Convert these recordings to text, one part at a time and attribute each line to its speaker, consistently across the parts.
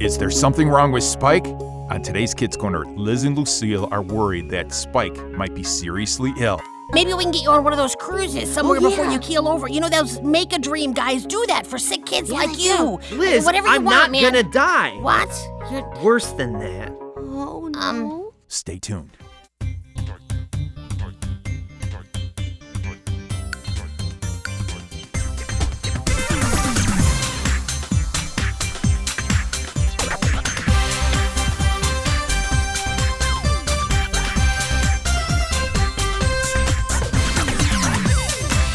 Speaker 1: Is there something wrong with Spike? On today's Kids Corner, Liz and Lucille are worried that Spike might be seriously ill.
Speaker 2: Maybe we can get you on one of those cruises somewhere before
Speaker 3: Oh, yeah.
Speaker 2: you keel over. You know, those make a dream guys do that for sick kids
Speaker 3: Yeah,
Speaker 2: like
Speaker 3: yeah.
Speaker 2: you.
Speaker 4: Liz,
Speaker 2: Whatever you
Speaker 4: I'm
Speaker 2: want,
Speaker 4: not
Speaker 2: man.
Speaker 4: gonna die.
Speaker 2: What? You're,
Speaker 4: Worse than that.
Speaker 3: Oh no.
Speaker 2: Um,
Speaker 1: Stay tuned.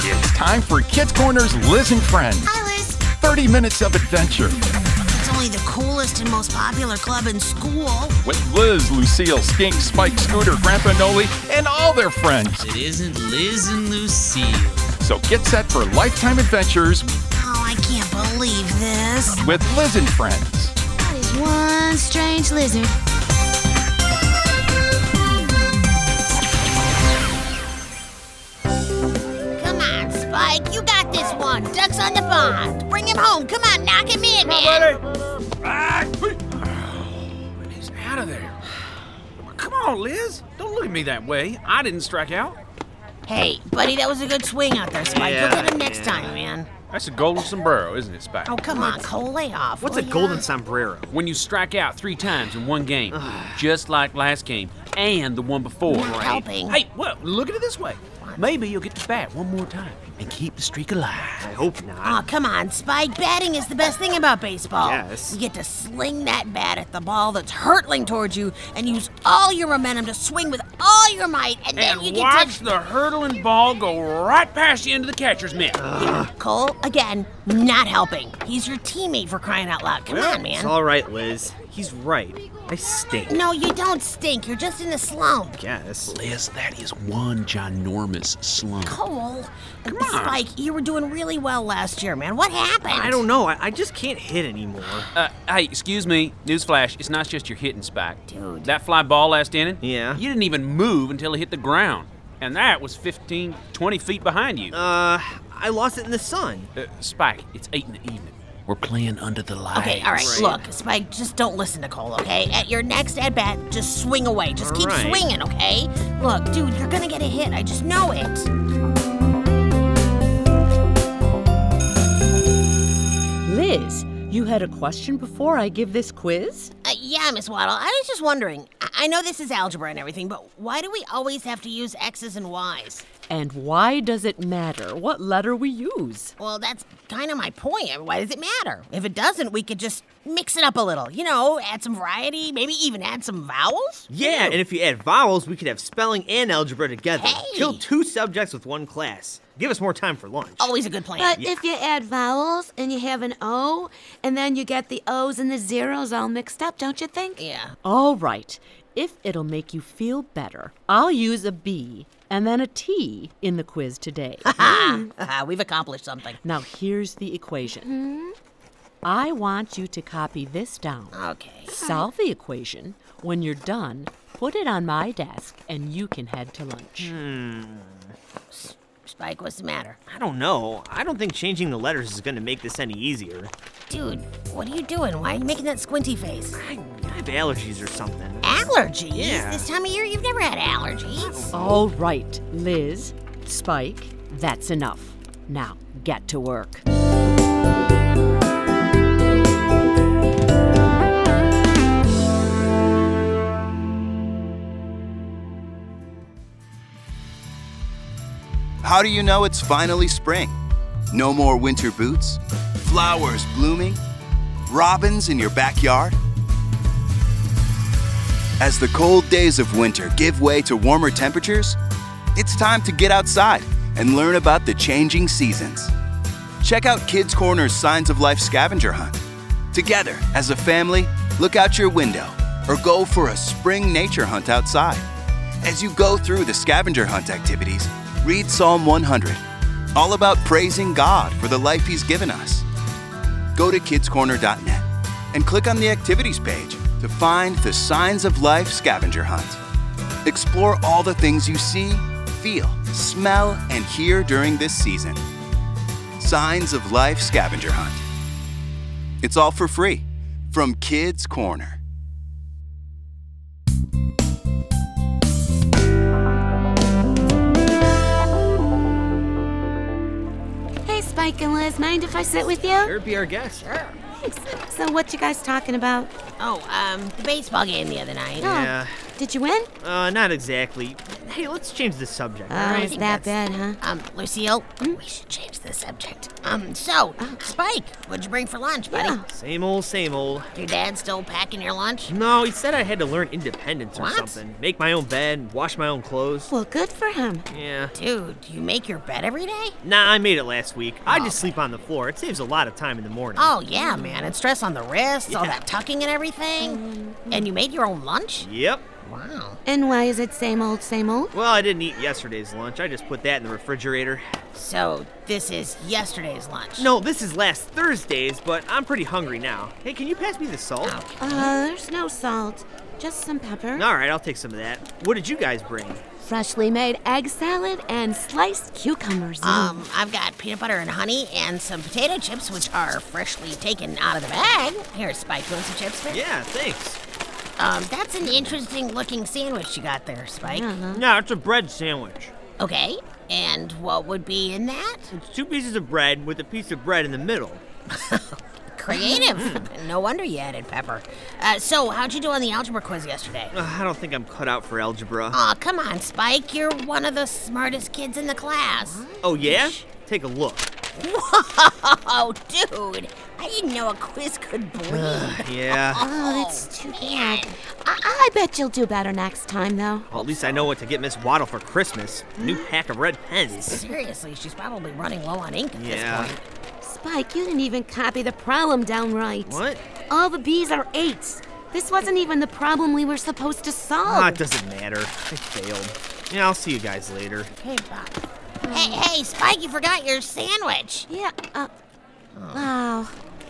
Speaker 1: It's time for Kids Corner's Liz and Friends.
Speaker 3: Hi, Liz.
Speaker 1: 30 minutes of adventure
Speaker 3: It's only the coolest and most popular club in school. Oh,
Speaker 1: with Liz, Lucille, Skink, Spike, Scooter, Grandpa Noli, and all their friends.
Speaker 5: It isn't Liz and Lucille.
Speaker 1: So get set for lifetime adventures
Speaker 3: Oh, I can't believe this.
Speaker 1: with Liz and Friends.
Speaker 3: That is one strange lizard.
Speaker 2: come on, Spike. You got this one. Ducks on the pond. Bring him home. Come on, knock him in, man.
Speaker 6: He's out of there. Come on, Liz. Don't look at me that way. I didn't strike out.
Speaker 2: Hey, buddy, that was a good swing out there, Spike. You'll
Speaker 6: Yeah,
Speaker 2: get him next
Speaker 6: yeah.
Speaker 2: time, man.
Speaker 6: That's a golden sombrero, isn't it, Spike?
Speaker 2: Oh, come on, Cole, lay off.
Speaker 4: What's
Speaker 2: will
Speaker 4: a
Speaker 2: ya?
Speaker 4: golden sombrero?
Speaker 6: When you strike out three times in one game, just like last game and the one before.
Speaker 2: Not helping.
Speaker 6: Hey, well, look at it this way. Maybe you'll get the bat one more time and keep the streak alive.
Speaker 4: I hope not.
Speaker 2: Oh, come on, Spike. Batting is the best thing about baseball.
Speaker 4: Yes.
Speaker 2: You get to sling that bat at the ball that's hurtling towards you and use all your momentum to swing with all your might, and, then you
Speaker 6: And
Speaker 2: get
Speaker 6: watch
Speaker 2: to.
Speaker 6: the hurtling ball go right past you into the catcher's mitt.
Speaker 2: Cole, again, not helping. He's your teammate for crying out loud. Come on,
Speaker 4: It's
Speaker 2: man.
Speaker 4: all right, Liz. He's right. I stink.
Speaker 2: No, you don't stink. You're just in a slump.
Speaker 4: Guess.
Speaker 6: Liz, that is one ginormous slump.
Speaker 2: Cole, Spike, you were doing really well last year, man. What happened?
Speaker 4: I don't know. I, I just can't hit anymore.
Speaker 6: Uh, hey, excuse me. Newsflash, it's not just your hitting spike.
Speaker 2: Dude.
Speaker 6: That fly ball last inning?
Speaker 4: Yeah.
Speaker 6: You didn't even move until it hit the ground. And that was 15, 20 feet behind you.
Speaker 4: Uh, I lost it in the sun.
Speaker 6: Uh, Spike, it's 8 in the evening. We're playing under the lights.
Speaker 2: Okay, all right, Look, Spike, just don't listen to Cole, okay? At your next at bat, just swing away. Just
Speaker 4: All
Speaker 2: keep
Speaker 4: right.
Speaker 2: swinging, okay? Look, dude, you're gonna get a hit. I just know it.
Speaker 7: Liz, you had a question before I give this quiz?
Speaker 2: Uh, yeah, Miss Waddle, I was just wondering. I-, I know this is algebra and everything, but why do we always have to use X's and Y's?
Speaker 7: And why does it matter what letter we use?
Speaker 2: Well, that's kind of my point. I mean, Why does it matter? If it doesn't, we could just mix it up a little. You know, add some variety, maybe even add some vowels.
Speaker 4: Yeah, and if you add vowels, we could have spelling and algebra together.
Speaker 2: Hey!
Speaker 4: Kill two subjects with one class. Give us more time for lunch.
Speaker 2: Always a good plan.
Speaker 3: But if you add vowels and you have an O, and then you get the O's and the zeros all mixed up, don't you think?
Speaker 2: yeah.
Speaker 7: All right, if it'll make you feel better, I'll use a B and then a T in the quiz today.
Speaker 2: Ah, ah, we've accomplished something.
Speaker 7: now, here's the equation I want you to copy this down.
Speaker 2: Okay.
Speaker 7: Solve the equation. When you're done, put it on my desk and you can head to lunch.
Speaker 2: Spike, what's the matter?
Speaker 4: I don't know. I don't think changing the letters is gonna make this any easier.
Speaker 2: Dude, what are you doing? Why are you making that squinty face?
Speaker 4: I, I have allergies or something.
Speaker 2: Allergies?
Speaker 4: Yeah.
Speaker 2: This time of year, you've never had
Speaker 4: Oh,
Speaker 2: allergies.
Speaker 7: All right, Liz, Spike, that's enough. Now, get to work.
Speaker 8: How do you know it's finally spring? No more winter boots, flowers blooming, robins in your backyard? As the cold days of winter give way to warmer temperatures, it's time to get outside and learn about the changing seasons. Check out Kids Corner's Signs of Life scavenger hunt. Together, as a family, look out your window or go for a spring nature hunt outside. As you go through the scavenger hunt activities, read Psalm 100, all about praising God for the life He's given us. Go to kidscorner.net and click on the activities page to find the Signs of Life scavenger hunt. Explore all the things you see, feel, smell, and hear during this season. Signs of Life scavenger hunt. It's all for free. from Kids Corner.
Speaker 3: Hey, Spike and Liz, mind if I sit with you?
Speaker 4: Sure, be our guest.
Speaker 3: Thanks. So, what you guys talking about?
Speaker 2: Oh, um, the baseball game the other night.
Speaker 3: Oh,
Speaker 4: Yeah.
Speaker 3: Did you win?
Speaker 4: Uh, not exactly. Hey, let's change the subject.
Speaker 3: Oh,
Speaker 2: I
Speaker 3: it's
Speaker 2: think
Speaker 3: that bad,
Speaker 2: that's-
Speaker 3: huh?
Speaker 2: Um, Lucille,
Speaker 4: Hmm?
Speaker 2: we should change the subject. Um, so,
Speaker 4: Oh.
Speaker 2: Spike, what'd you bring for lunch, buddy?
Speaker 3: Yeah.
Speaker 4: Same old, same old.
Speaker 2: Your dad still packing your lunch?
Speaker 4: No, he said I had to learn independence or
Speaker 2: What?
Speaker 4: something. Make my own bed, wash my own clothes.
Speaker 3: Well, good for him.
Speaker 4: Yeah.
Speaker 2: Dude, do you make your bed every day?
Speaker 4: Nah, I made it last week. I just sleep on the floor. It saves a lot of time in the morning.
Speaker 2: Oh, yeah, man. And stress on the wrists, all
Speaker 4: Mm-hmm. Yeah. Mm-hmm.
Speaker 2: that tucking and everything. And you made your own lunch?
Speaker 4: Yep.
Speaker 2: Wow.
Speaker 3: And why is it same old, same old?
Speaker 4: Well, I didn't eat yesterday's lunch. I just put that in the refrigerator.
Speaker 2: So, this is yesterday's lunch?
Speaker 4: No, this is last Thursday's, but I'm pretty hungry now. Hey, can you pass me the salt?
Speaker 3: Uh, there's no salt, just some pepper.
Speaker 4: All right, I'll take some of that. What did you guys bring?
Speaker 3: Freshly made egg salad and sliced cucumbers.
Speaker 2: Um, I've got peanut butter and honey and some potato chips, which are freshly taken out of the bag. Here, Spike, you want some chips? man?
Speaker 4: Yeah, thanks.
Speaker 2: Um, that's an interesting looking sandwich you got there, Spike.
Speaker 4: No, it's a bread sandwich.
Speaker 2: Okay, and what would be in that?
Speaker 4: It's two pieces of bread with a piece of bread in the middle.
Speaker 2: Creative. no wonder you added pepper. Uh, so, how'd you do on the algebra quiz yesterday?
Speaker 4: Ugh, I don't think I'm cut out for algebra.
Speaker 2: Aw, come on, Spike. You're one of the smartest kids in the class.
Speaker 4: Oh, yeah? Take a look.
Speaker 2: Oh, dude. I didn't know a quiz could bleed.
Speaker 4: Yeah.
Speaker 3: oh, that's too
Speaker 2: man. Uh-uh.
Speaker 3: bad. I-, I bet you'll do better next time, though.
Speaker 4: Well, at least I know what to get Miss Waddle for Christmas. New pack of red pens.
Speaker 2: Seriously, she's probably running low on ink at
Speaker 4: Yeah.
Speaker 2: this point.
Speaker 3: Spike, you didn't even copy the problem down right.
Speaker 4: What?
Speaker 3: All the B's are eights. This wasn't even the problem we were supposed to
Speaker 4: Ah,
Speaker 3: solve.
Speaker 4: it doesn't matter. I failed. Yeah, I'll see you guys later.
Speaker 2: Hey, Bob. Hey, hey, Spike, you forgot your sandwich.
Speaker 3: yeah, uh, wow.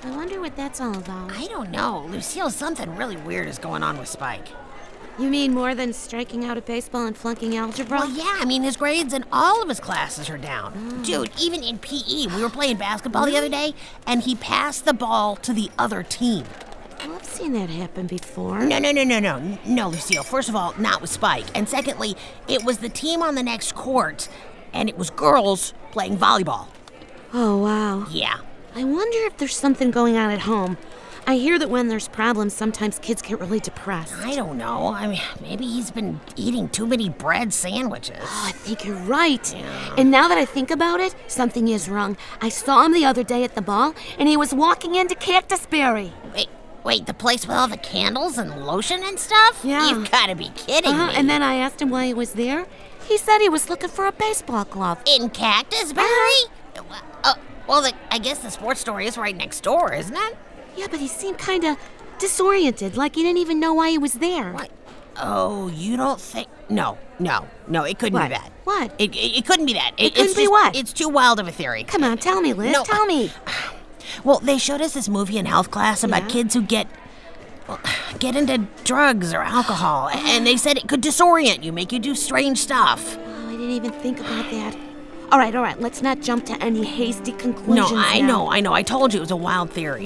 Speaker 3: I wonder what that's all about.
Speaker 2: I don't know. Lucille, something really weird is going on with Spike.
Speaker 3: You mean more than striking out at baseball and flunking algebra?
Speaker 2: Well, yeah, I mean, his grades in all of his classes are down. Dude, even in PE, we were playing basketball the other day, and he passed the ball to the other team.
Speaker 3: Well, I've seen that happen before.
Speaker 2: No, no, no, no, no, N- no, Lucille. First of all, not with Spike. And secondly, it was the team on the next court, and it was girls playing volleyball.
Speaker 3: Oh, wow.
Speaker 2: Yeah.
Speaker 3: I wonder if there's something going on at home. I hear that when there's problems, sometimes kids get really depressed.
Speaker 2: I don't know. I mean, maybe he's been eating too many bread sandwiches.
Speaker 3: I think you're right. And now that I think about it, something is wrong. I saw him the other day at the ball, and he was walking into Cactus Berry.
Speaker 2: Wait, wait, the place with all the candles and lotion and stuff?
Speaker 3: Yeah.
Speaker 2: You've got to be kidding
Speaker 3: Uh-huh,
Speaker 2: me.
Speaker 3: and then I asked him why he was there. He said he was looking for a baseball glove.
Speaker 2: In Cactus Berry? Uh, well, the, I guess the sports store is right next door, isn't it?
Speaker 3: Yeah, but he seemed kind of disoriented, like he didn't even know why he was there.
Speaker 2: What? Oh, you don't think? No, no, no. It couldn't
Speaker 3: What?
Speaker 2: be that.
Speaker 3: What?
Speaker 2: It, it, it couldn't be that. It,
Speaker 3: couldn't
Speaker 2: it's
Speaker 3: be
Speaker 2: just-
Speaker 3: what?
Speaker 2: It's too wild of a theory.
Speaker 3: Come on, tell me, Liz.
Speaker 2: No.
Speaker 3: Tell me.
Speaker 2: Well, they showed us this movie in health class about
Speaker 3: Yeah.
Speaker 2: kids who get well, get into drugs or alcohol, and they said it could disorient you, make you do strange stuff.
Speaker 3: Oh, I didn't even think about that. All right, all right. Let's not jump to any hasty
Speaker 2: No,
Speaker 3: conclusions.
Speaker 2: I
Speaker 3: now.
Speaker 2: know, I know. I told you it was a wild theory.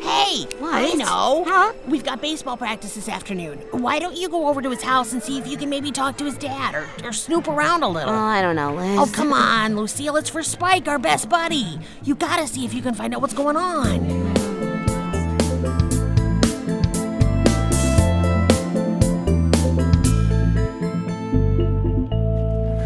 Speaker 2: Hey, I
Speaker 3: What?
Speaker 2: know.
Speaker 3: Huh?
Speaker 2: We've got baseball practice this afternoon. Why don't you go over to his house and see if you can maybe talk to his dad or, or snoop around a little?
Speaker 3: Oh, I don't know, Liz.
Speaker 2: Oh, come on, Lucille. It's for Spike, our best buddy. You gotta see if you can find out what's going on.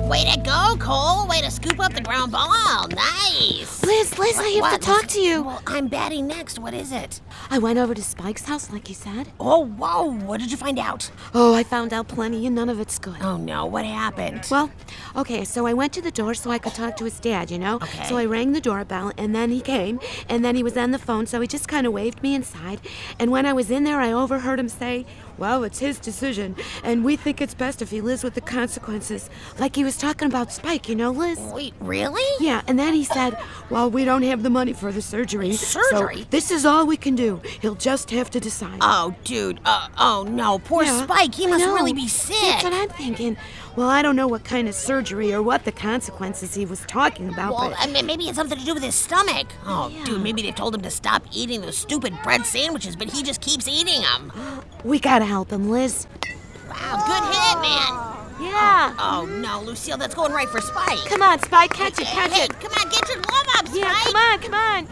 Speaker 2: Way to go, Cole. Way to scoop up the ground ball. Nice.
Speaker 3: Liz, Liz, I have
Speaker 2: What?
Speaker 3: to talk to you.
Speaker 2: Well, I'm batting next. What is it?
Speaker 3: I went over to Spike's house, like he said.
Speaker 2: Oh, whoa. What did you find out?
Speaker 3: Oh, I found out plenty, and none of it's good.
Speaker 2: Oh, no. What happened?
Speaker 3: Well, okay, so I went to the door so I could talk to his dad, you know?
Speaker 2: Okay.
Speaker 3: So I rang the doorbell, and then he came, and then he was on the phone, so he just kind of waved me inside. And when I was in there, I overheard him say, Well, it's his decision, and we think it's best if he lives with the consequences, like he was talking about Spike. spike, you know, Liz?
Speaker 2: Wait, really?
Speaker 3: Yeah, and then he said, Well, we don't have the money for the surgery. so
Speaker 2: Surgery?
Speaker 3: this is all we can do. He'll just have to decide.
Speaker 2: Oh, dude. Uh, oh, no. Poor
Speaker 3: Yeah,
Speaker 2: Spike. He
Speaker 3: I
Speaker 2: must
Speaker 3: know.
Speaker 2: really be sick.
Speaker 3: That's what I'm thinking. Well, I don't know what kind of surgery or what the consequences he was talking about,
Speaker 2: Well,
Speaker 3: but
Speaker 2: I mean, maybe it's something to do with his stomach. Oh,
Speaker 3: Yeah.
Speaker 2: dude, maybe they told him to stop eating those stupid bread sandwiches, but he just keeps eating them.
Speaker 3: we gotta help him, Liz.
Speaker 2: Wow, good hit, man.
Speaker 3: Yeah.
Speaker 2: Oh, no, Lucille, that's going right for Spike.
Speaker 3: Come on, Spike, catch it, catch
Speaker 2: hey,
Speaker 3: it.
Speaker 2: come on, get your glove up, Spike.
Speaker 3: Yeah, come on, come on.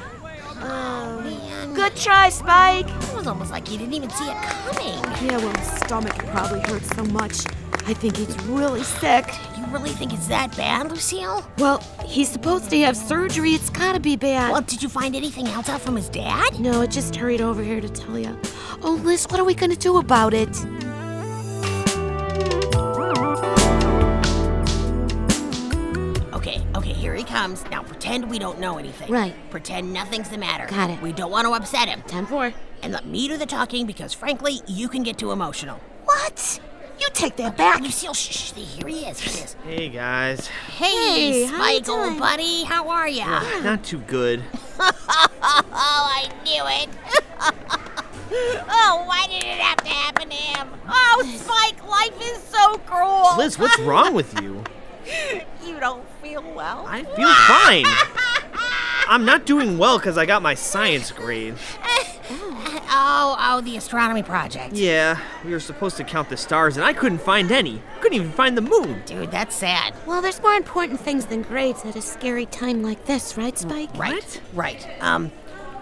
Speaker 2: Man,
Speaker 3: Good try, Spike.
Speaker 2: It was almost like you didn't even see it coming.
Speaker 3: Yeah, well, his stomach probably hurts so much. I think he's really sick.
Speaker 2: You really think it's that bad, Lucille?
Speaker 3: Well, he's supposed to have surgery. It's gotta be bad.
Speaker 2: Well, did you find anything else out from his dad?
Speaker 3: No, it just hurried over here to tell you. Oh, Liz, what are we gonna do about it?
Speaker 2: Okay, okay, here he comes. Now pretend we don't know anything.
Speaker 3: Right.
Speaker 2: Pretend nothing's the matter.
Speaker 3: Got it.
Speaker 2: We don't want to upset him.
Speaker 3: Time for.
Speaker 2: And let me do the talking because, frankly, you can get too emotional.
Speaker 3: What? You take that back.
Speaker 2: Lucille, shh, shh, here he is. Here he is.
Speaker 4: Hey guys.
Speaker 2: Hey,
Speaker 3: Hey, how you
Speaker 2: Spike, old
Speaker 3: doing?
Speaker 2: buddy, how are ya?
Speaker 4: Not too good.
Speaker 2: Oh, I knew it. oh, why did it have to happen to him? Oh, Spike, life is so cruel.
Speaker 4: Liz, what's wrong with you?
Speaker 2: you don't feel well.
Speaker 4: I feel fine. I'm not doing well because I got my science grade.
Speaker 2: oh, oh, the astronomy project.
Speaker 4: Yeah, we were supposed to count the stars and I couldn't find any. Couldn't even find the moon.
Speaker 2: Dude, that's sad.
Speaker 3: Well, there's more important things than grades at a scary time like this,
Speaker 4: Mm,
Speaker 3: right, Spike?
Speaker 2: Right, right. Um,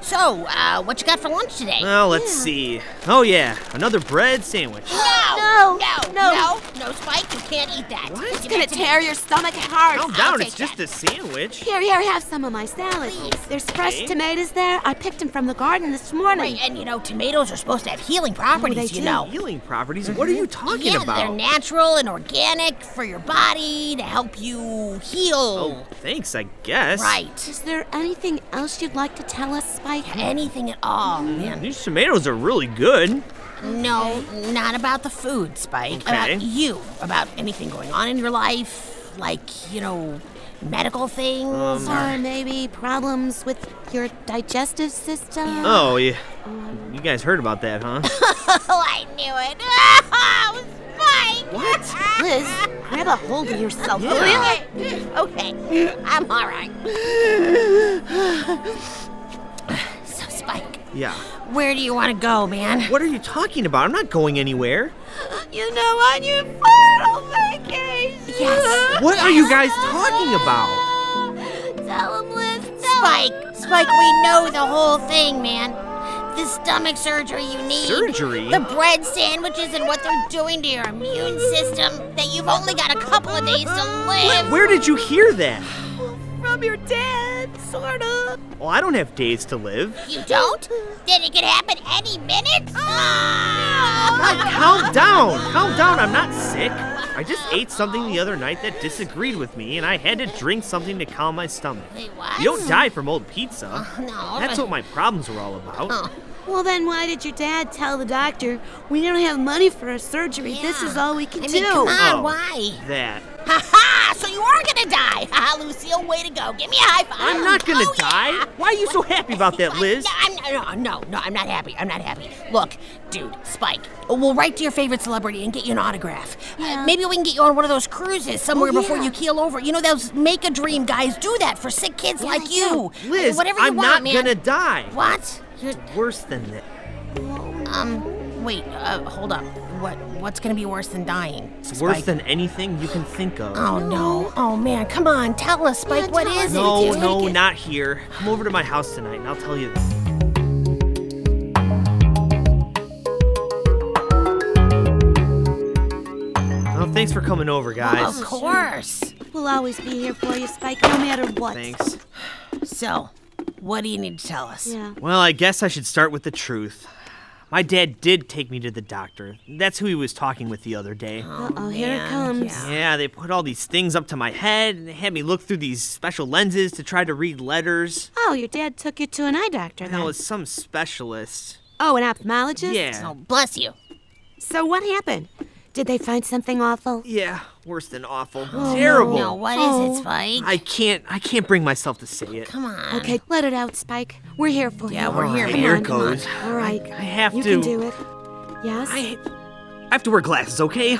Speaker 2: so, uh, what you got for lunch today?
Speaker 4: Well, let's see. Oh yeah, another bread sandwich.
Speaker 2: no,
Speaker 3: no,
Speaker 2: no, no, no, Spike, you can't eat that.
Speaker 4: What?
Speaker 2: It's
Speaker 3: It's gonna tear your stomach apart.
Speaker 4: Calm
Speaker 2: I'll
Speaker 4: down,
Speaker 2: take
Speaker 4: it's just a sandwich.
Speaker 3: Here, here, have some of my salad.
Speaker 2: Please.
Speaker 3: There's fresh
Speaker 4: Okay.
Speaker 3: tomatoes there. I picked them from the garden this morning.
Speaker 2: Right, and you know, tomatoes are supposed to have healing properties,
Speaker 3: they
Speaker 2: you
Speaker 3: do.
Speaker 2: know.
Speaker 4: Healing properties? What are you talking
Speaker 2: Mm-hmm. yeah,
Speaker 4: about?
Speaker 2: they're natural and organic for your body to help you heal.
Speaker 4: oh, thanks, I guess.
Speaker 2: Right.
Speaker 3: Is there anything else you'd like to tell us, Spike?
Speaker 2: Anything at all, man.
Speaker 4: These tomatoes are really good.
Speaker 2: No, not about the food, Spike.
Speaker 4: Okay.
Speaker 2: About you. About anything going on in your life, like, you know, medical things.
Speaker 3: Or maybe problems with your digestive system?
Speaker 4: Oh, yeah. You guys heard about that, huh?
Speaker 2: Oh, I knew it. Oh, Spike!
Speaker 4: What?
Speaker 3: Liz, grab a hold of yourself. will ya?
Speaker 2: Really? Okay, I'm all right. so, Spike,
Speaker 4: yeah.
Speaker 2: where do you want to go, man?
Speaker 4: What are you talking about? I'm not going anywhere.
Speaker 2: You know, on your final vacation. Yes.
Speaker 4: What are you guys talking about?
Speaker 3: Tell him, Liz.
Speaker 2: Spike, Spike, we know the whole thing, man. The stomach surgery you need.
Speaker 4: Surgery?
Speaker 2: The bread sandwiches and what they're doing to your immune system. That you've only got a couple of days to live.
Speaker 4: Where did you hear that?
Speaker 3: From your dad, sort of.
Speaker 4: Well, I don't have days to live.
Speaker 2: You don't? Then it could happen any minute?
Speaker 3: Ah!
Speaker 4: Calm down. Calm down. I'm not sick. I just ate something the other night that disagreed with me, and I had to drink something to calm my stomach.
Speaker 2: Wait, what? Oh,
Speaker 4: You don't die from old pizza.
Speaker 2: no, Oh,
Speaker 4: That's
Speaker 2: but-
Speaker 4: what my problems were all about.
Speaker 3: Well, then why did your dad tell the doctor we don't have money for a surgery? This
Speaker 2: Yeah.
Speaker 3: is all we can
Speaker 2: I
Speaker 3: do.
Speaker 2: mean, come on,
Speaker 4: Oh.
Speaker 2: why? Oh,
Speaker 4: That.
Speaker 2: Ha ha! So you are gonna die! Ha ha, Lucille, way to go! Give me a high five!
Speaker 4: I'm not gonna
Speaker 2: Oh,
Speaker 4: die.
Speaker 2: yeah.
Speaker 4: Why are you so happy about that, Liz?
Speaker 2: No, I'm, no, no, no, I'm not happy. I'm not happy. Look, dude, Spike, we'll write to your favorite celebrity and get you an autograph. Uh,
Speaker 3: Yeah. Oh,
Speaker 2: maybe we can get you on one of those cruises somewhere before
Speaker 3: yeah.
Speaker 2: you keel over. You know, those make a dream guys do that for sick kids like
Speaker 3: I
Speaker 2: you.
Speaker 4: Liz,
Speaker 2: Whatever you
Speaker 4: I'm
Speaker 2: want,
Speaker 4: not
Speaker 2: man.
Speaker 4: gonna die.
Speaker 2: What? You're,
Speaker 4: Worse than that.
Speaker 2: um, wait, uh, hold up. What? What's gonna be worse than dying?
Speaker 4: It's worse
Speaker 2: Spike?
Speaker 4: than anything you can think of.
Speaker 2: Oh no! Oh man! Come on, tell us, Spike.
Speaker 3: Yeah,
Speaker 2: what
Speaker 3: tell
Speaker 2: is
Speaker 3: us.
Speaker 2: it?
Speaker 4: no,
Speaker 2: dude?
Speaker 4: no, not here. Come over to my house tonight and I'll tell you. Well, thanks for coming over, guys.
Speaker 2: Of course.
Speaker 3: We'll always be here for you, Spike, no matter what.
Speaker 4: Thanks.
Speaker 2: So, what do you need to tell us?
Speaker 3: Yeah.
Speaker 4: Well, I guess I should start with the truth. My dad did take me to the doctor. That's who he was talking with the other day.
Speaker 3: Uh oh, here it comes.
Speaker 4: Yeah, they put all these things up to my head and they had me look through these special lenses to try to read letters.
Speaker 3: Oh, your dad took you to an eye doctor then.
Speaker 4: That was some specialist.
Speaker 3: Oh, an ophthalmologist?
Speaker 4: Yeah.
Speaker 2: Oh, bless you.
Speaker 3: So what happened? Did they find something awful?
Speaker 4: Yeah, worse than awful.
Speaker 6: Terrible.
Speaker 2: Oh, No, what is it, Spike?
Speaker 4: Oh, I can't. I can't bring myself to say it.
Speaker 2: Come on.
Speaker 3: Okay, let it out, Spike. We're here for
Speaker 2: Uh. Yeah,
Speaker 3: you.
Speaker 2: we're here,
Speaker 3: Come
Speaker 2: man.
Speaker 3: on,
Speaker 4: Here
Speaker 3: come on.
Speaker 4: goes.
Speaker 3: All right.
Speaker 4: I have
Speaker 3: you
Speaker 4: to.
Speaker 3: can do it. Yes?
Speaker 4: I, I have to wear glasses, okay?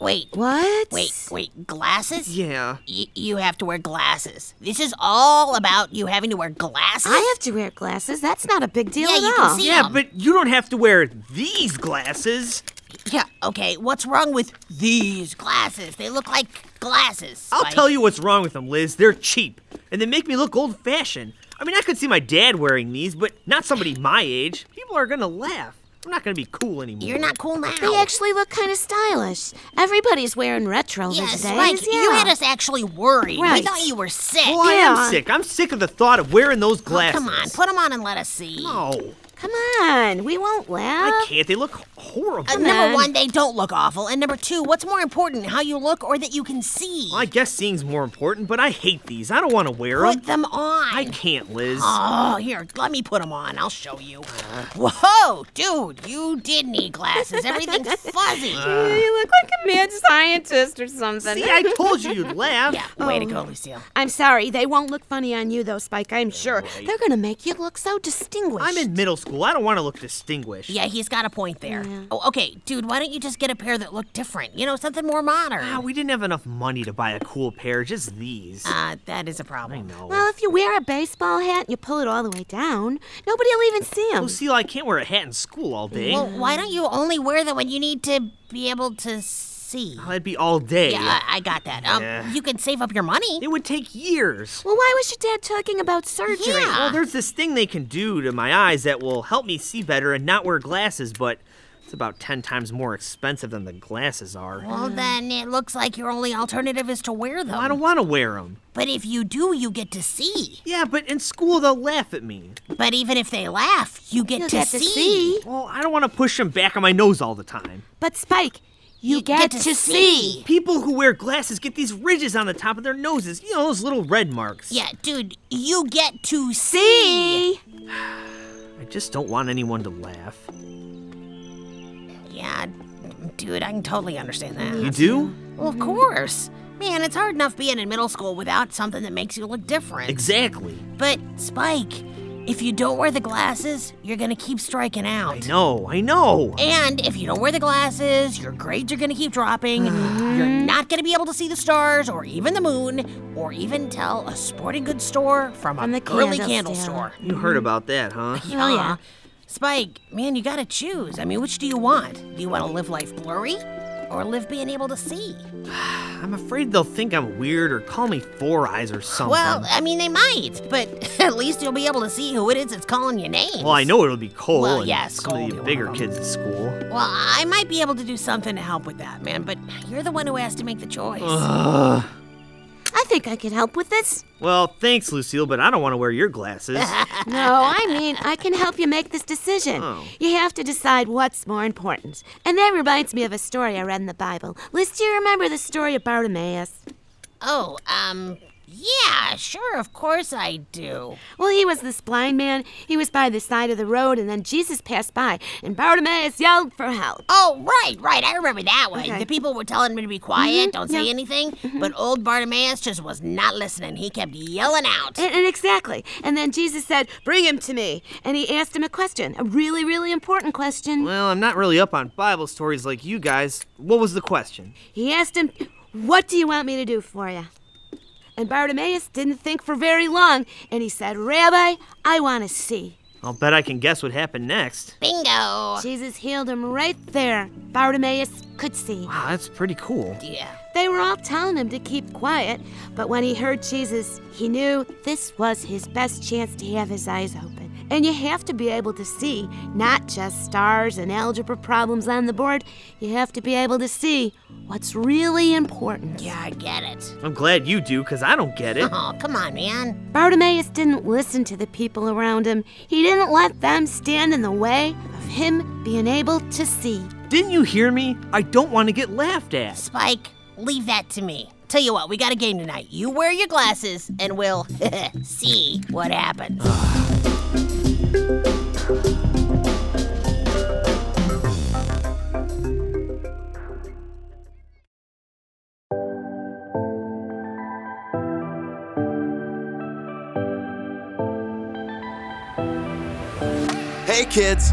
Speaker 2: Wait,
Speaker 3: What?
Speaker 2: wait, wait. Glasses?
Speaker 4: yeah.
Speaker 2: Y- you have to wear glasses. This is all about you having to wear glasses.
Speaker 3: I have to wear glasses. That's not a big deal
Speaker 2: Yeah,
Speaker 3: at
Speaker 2: you
Speaker 3: all.
Speaker 2: can see
Speaker 4: Yeah,
Speaker 2: them.
Speaker 4: but you don't have to wear these glasses.
Speaker 2: Yeah, okay. What's wrong with these glasses? They look like glasses.
Speaker 4: I'll
Speaker 2: Spike.
Speaker 4: tell you what's wrong with them, Liz. They're cheap, and they make me look old fashioned. I mean, I could see my dad wearing these, but not somebody my age. People are gonna laugh. I'm not gonna be cool anymore.
Speaker 2: You're not cool now.
Speaker 3: They actually look kind of stylish. Everybody's wearing retro
Speaker 2: yeah,
Speaker 3: these days.
Speaker 2: Spike,
Speaker 3: yeah.
Speaker 2: you had us actually worried. We
Speaker 3: Right.
Speaker 2: thought you were sick.
Speaker 4: Well, Oh, I am
Speaker 3: Yeah.
Speaker 4: sick. I'm sick of the thought of wearing those glasses.
Speaker 2: Oh, Come on, put them on and let us see.
Speaker 4: No,
Speaker 3: Come on, we won't laugh.
Speaker 4: I can't. They look horrible.
Speaker 2: Uh, number
Speaker 3: on.
Speaker 2: one, they don't look awful. And number two, what's more important, how you look or that you can see?
Speaker 4: I guess seeing's more important, but I hate these. I don't want to wear them.
Speaker 2: Put them on.
Speaker 4: I can't, Liz.
Speaker 2: Oh, here, let me put them on. I'll show you. Whoa, dude, you did need glasses. Everything's fuzzy.
Speaker 4: Uh,
Speaker 3: You look like a mad scientist or something.
Speaker 4: See, I told you you'd laugh.
Speaker 2: yeah, way
Speaker 4: um,
Speaker 2: to go, Lucille.
Speaker 3: I'm sorry, they won't look funny on you though, Spike. I'm sure they're gonna make you look so distinguished.
Speaker 4: I'm in middle school. I don't want to look distinguished.
Speaker 2: Yeah, he's got a point there. Oh, okay, dude, why don't you just get a pair that look different? You know, something more modern.
Speaker 4: Ah, we didn't have enough money to buy a cool pair, just these.
Speaker 2: uh, that is a problem.
Speaker 4: Oh,
Speaker 3: Well, if you wear a baseball hat and you pull it all the way down, nobody'll even see him.
Speaker 4: Lucille, Oh, I can't wear a hat in school all day.
Speaker 2: Well, why don't you only wear them when you need to be able to see?
Speaker 4: That'd Oh, be all day.
Speaker 2: Yeah, I, I got that. Um,
Speaker 4: Yeah.
Speaker 2: You can save up your money.
Speaker 4: It would take years.
Speaker 3: Well, why was your dad talking about surgery?
Speaker 2: Yeah.
Speaker 4: Well, there's this thing they can do to my eyes that will help me see better and not wear glasses, but it's about 10 times more expensive than the glasses are.
Speaker 2: Well, then it looks like your only alternative is to wear them.
Speaker 4: I uh. don't want to wear them.
Speaker 2: But if you do, you get to see.
Speaker 4: Yeah, but in school they'll laugh at me.
Speaker 2: But even if they laugh, you get,
Speaker 3: You'll
Speaker 2: to,
Speaker 3: get
Speaker 2: see.
Speaker 3: to see.
Speaker 4: Well, I don't want to push them back on my nose all the time.
Speaker 3: But Spike, you, get, to, see.
Speaker 4: People who wear glasses get these ridges on the top of their noses. You know, those little red marks.
Speaker 2: Yeah, dude, you get to see.
Speaker 3: See?
Speaker 4: I just don't want anyone to laugh.
Speaker 2: Yeah, dude, I can totally understand that.
Speaker 4: You do?
Speaker 2: Well, of course. Man, it's hard enough being in middle school without something that makes you look different.
Speaker 4: Exactly.
Speaker 2: but, Spike, if you don't wear the glasses, you're gonna keep striking out.
Speaker 4: No, I know.
Speaker 2: And if you don't wear the glasses, your grades are going to keep dropping. You're not going to be able to see the stars or even the moon or even tell a sporting goods store from a
Speaker 3: From the
Speaker 2: girly
Speaker 3: candle
Speaker 2: candle
Speaker 3: stand.
Speaker 2: store.
Speaker 4: You heard about that, huh?
Speaker 3: Oh, yeah.
Speaker 2: Spike, man, you got to choose. I mean, which do you want? Do you want to live life blurry or live being able to see?
Speaker 4: I'm afraid they'll think I'm weird or call me Four Eyes or something.
Speaker 2: Well, I mean, they might, but at least you'll be able to see who it is that's calling your name.
Speaker 4: Well, I know it'll be Cole
Speaker 2: Well,
Speaker 4: and
Speaker 2: yeah,
Speaker 4: some
Speaker 2: Cole
Speaker 4: of
Speaker 2: will
Speaker 4: the
Speaker 2: be
Speaker 4: bigger
Speaker 2: one of
Speaker 4: kids at school.
Speaker 2: Well, I might be able to do something to help with that, man, but you're the one who has to make the choice.
Speaker 3: I think I can help with this.
Speaker 4: Well, thanks, Lucille, but I don't want to wear your glasses.
Speaker 3: No, I mean, I can help you make this decision. You have to decide what's more important. And that reminds me of a story I read in the Bible. Liz, do you remember the story of Bartimaeus?
Speaker 2: Oh, um, yeah, sure, of course I do.
Speaker 3: Well, he was this blind man. He was by the side of the road, and then Jesus passed by, and Bartimaeus yelled for help.
Speaker 2: Oh, right, right, I remember that one.
Speaker 3: Okay.
Speaker 2: The people were telling me to be quiet, don't say anything, but old Bartimaeus just was not listening. He kept yelling out.
Speaker 3: And, and exactly. And then Jesus said, Bring him to me. And he asked him a question, a really, really important question.
Speaker 4: well, I'm not really up on Bible stories like you guys. What was the question?
Speaker 3: He asked him, What do you want me to do for you? And Bartimaeus didn't think for very long, and he said, Rabbi, I want to see.
Speaker 4: I'll bet I can guess what happened next.
Speaker 2: Bingo.
Speaker 3: Jesus healed him right there. Bartimaeus could see.
Speaker 4: Wow, that's pretty cool.
Speaker 2: Yeah.
Speaker 3: They were all telling him to keep quiet, but when he heard Jesus, he knew this was his best chance to have his eyes open. And you have to be able to see, not just stars and algebra problems on the board. You have to be able to see what's really important.
Speaker 2: Yeah, I get it.
Speaker 4: I'm glad you do, because I don't get it.
Speaker 2: Oh, come on, man.
Speaker 3: Bartimaeus didn't listen to the people around him, he didn't let them stand in the way of him being able to see.
Speaker 4: Didn't you hear me? I don't want to get laughed at.
Speaker 2: Spike, leave that to me. Tell you what, we got a game tonight. You wear your glasses, and we'll see what happens.
Speaker 8: kids.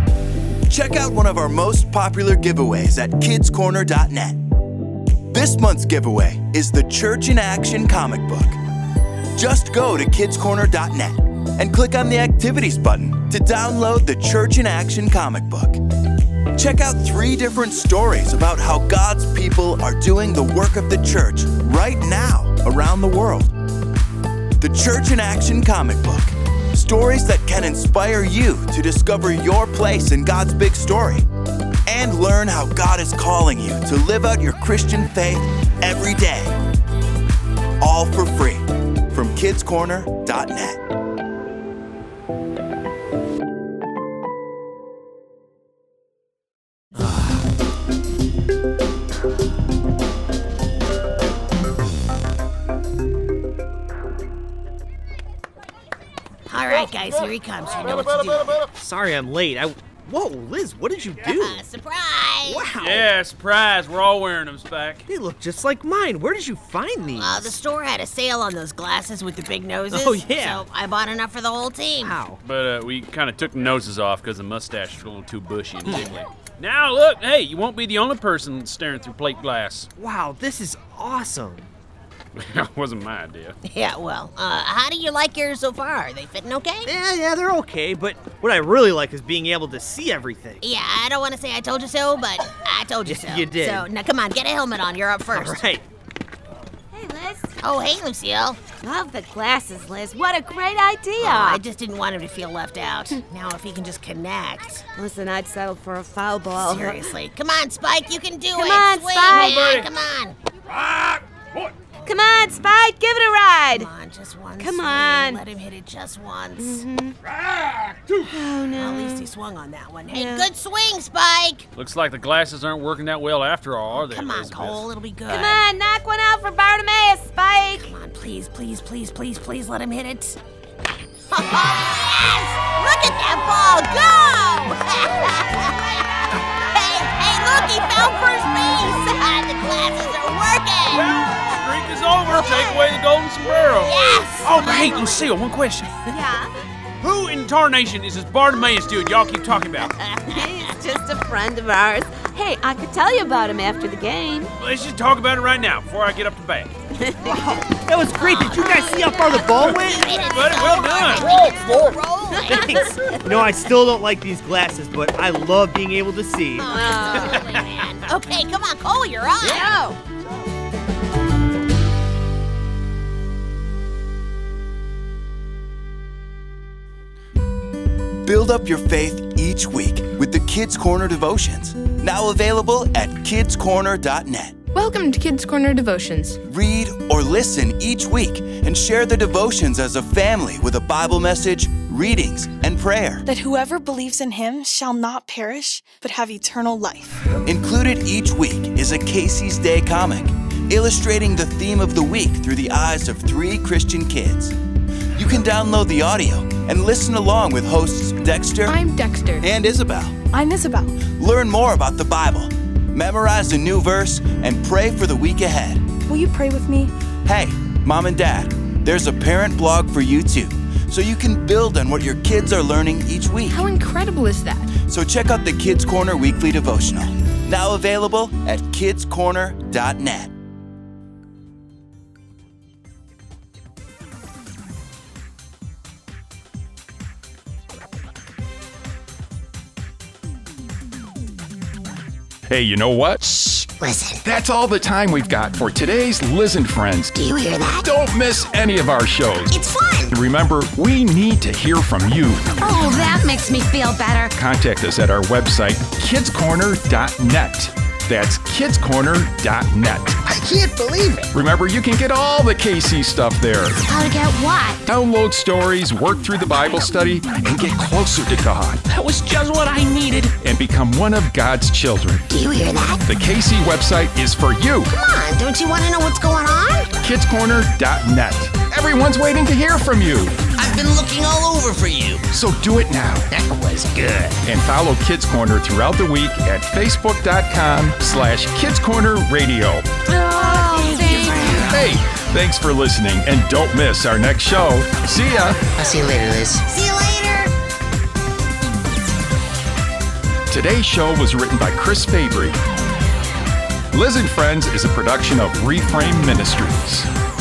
Speaker 8: Check out one of our most popular giveaways at kidscorner.net. This month's giveaway is the Church in Action comic book. Just go to kidscorner.net and click on the activities button to download the Church in Action comic book. Check out three different stories about how God's people are doing the work of the church right now around the world. The Church in Action comic book. Stories that can inspire you to discover your place in God's big story and learn how God is calling you to live out your Christian faith every day. All for free from kidscorner.net.
Speaker 2: All right, guys, here he comes. You know what to do.
Speaker 4: Sorry I'm late. I. Whoa, Liz, what did you do?
Speaker 2: Uh, surprise!
Speaker 4: Wow.
Speaker 6: Yeah, surprise. We're all wearing them, Spike.
Speaker 4: They look just like mine. Where did you find these?
Speaker 2: Uh, the store had a sale on those glasses with the big noses.
Speaker 4: Oh, yeah.
Speaker 2: So I bought enough for the whole team.
Speaker 4: wow.
Speaker 6: But uh, we kind of took noses off because the mustache was a little too bushy and jiggly. Now look, hey, you won't be the only person staring through plate glass.
Speaker 4: Wow, this is awesome.
Speaker 6: that wasn't my idea.
Speaker 2: Yeah, well, uh, how do you like yours so far? Are they fitting okay?
Speaker 4: Yeah, yeah, they're okay, but what I really like is being able to see everything.
Speaker 2: Yeah, I don't want to say I told you so, but I told you so.
Speaker 4: You did.
Speaker 2: So now come on, get a helmet on. You're up first.
Speaker 4: All right.
Speaker 3: Hey, Liz.
Speaker 2: Oh, hey, Lucille.
Speaker 3: Love the glasses, Liz. What a great idea.
Speaker 2: Oh,
Speaker 4: Ah.
Speaker 2: I just didn't want him to feel left out.
Speaker 4: Hmm.
Speaker 2: now, if he can just connect.
Speaker 3: Listen, I'd settle for a foul ball.
Speaker 2: Seriously. Come on, Spike, you can do it.
Speaker 3: Oh, on,
Speaker 2: Swing,
Speaker 3: Spike.
Speaker 2: man, Come on.
Speaker 3: Come on, Spike, give it a ride.
Speaker 2: Come on, just once.
Speaker 3: Come on. Mm-hmm.
Speaker 2: Let him hit it just once. Ah,
Speaker 3: Oh, no.
Speaker 2: At least he swung on that one. Hey, good swing, Spike.
Speaker 6: Looks like the glasses aren't working that well after all, are they?
Speaker 2: Come on,
Speaker 6: Elizabeth?
Speaker 2: Cole. It'll be good.
Speaker 3: Come on, knock one out for Bartimaeus, Spike.
Speaker 2: Come on, please, please, please, please, please let him hit it. yes! Look at that ball go! hey, hey, look, he found first base! the glasses are working!
Speaker 6: Well, streak is over. Take away the golden sombrero.
Speaker 2: Yes!
Speaker 6: Oh, but hey, Lucille, one question.
Speaker 3: Yeah,
Speaker 6: Who in tarnation is this Bartimaeus dude y'all keep talking about?
Speaker 3: he's just a friend of ours. Hey, I could tell you about him after the game.
Speaker 6: Let's just talk about it right now before I get up to bat.
Speaker 4: That was great. Did you guys see how far the ball went?
Speaker 2: Hit it
Speaker 6: Buddy,
Speaker 2: so
Speaker 6: well
Speaker 2: hard,
Speaker 6: done.
Speaker 2: I think it's still rolling.
Speaker 4: Thanks. No, I still don't like these glasses, but I love being able to see.
Speaker 2: Totally, man. Okay, come on, Cole, you're on.
Speaker 3: Oh,
Speaker 8: Build up your faith each week with the Kids Corner devotions, now available at kidscorner.net.
Speaker 9: Welcome to Kids Corner Devotions.
Speaker 8: Read or listen each week and share the devotions as a family with a Bible message, readings, and prayer.
Speaker 10: that whoever believes in him shall not perish, but have eternal life.
Speaker 8: Included each week is a Casey's Day comic, illustrating the theme of the week through the eyes of three Christian kids. You can download the audio and listen along with hosts Dexter
Speaker 9: I'm Dexter.
Speaker 8: and Isabel.
Speaker 10: I'm Isabel.
Speaker 8: Learn more about the Bible, memorize a new verse, and pray for the week ahead.
Speaker 10: Will you pray with me?
Speaker 8: Hey, mom and dad, there's a parent blog for you too, so you can build on what your kids are learning each week.
Speaker 9: How incredible is that?
Speaker 8: So check out the Kids Corner Weekly Devotional, now available at kidscorner.net.
Speaker 1: Hey, you know what? Shh.
Speaker 2: Listen,
Speaker 1: That's all the time we've got for today's Listen Friends.
Speaker 2: do you hear that?
Speaker 1: Don't miss any of our shows.
Speaker 2: It's fun.
Speaker 1: Remember, we need to hear from you.
Speaker 3: oh, that makes me feel better.
Speaker 1: Contact us at our website, kidscorner.net. That's kidscorner.net.
Speaker 2: I can't believe it.
Speaker 1: Remember, you can get all the KC stuff there.
Speaker 3: How to get what?
Speaker 1: Download stories, work through the Bible study, and get closer to God. That was just what I needed. And become one of God's children.
Speaker 2: Do you hear that?
Speaker 1: The KC website is for you,
Speaker 2: Come on, don't you want to know what's going on?
Speaker 1: kidscorner.net. Everyone's waiting to hear from you.
Speaker 5: I've been looking all over for you.
Speaker 1: So do it now.
Speaker 5: That was good.
Speaker 1: And follow Kids Corner throughout the week at facebook.com slash Kids Corner Radio.
Speaker 3: Oh,
Speaker 1: Hey,
Speaker 3: thank
Speaker 1: thanks for listening and don't miss our next show. See ya.
Speaker 5: I'll see you later, Liz.
Speaker 2: See you later.
Speaker 1: Today's show was written by Chris Fabry. Liz and Friends is a production of Reframe Ministries.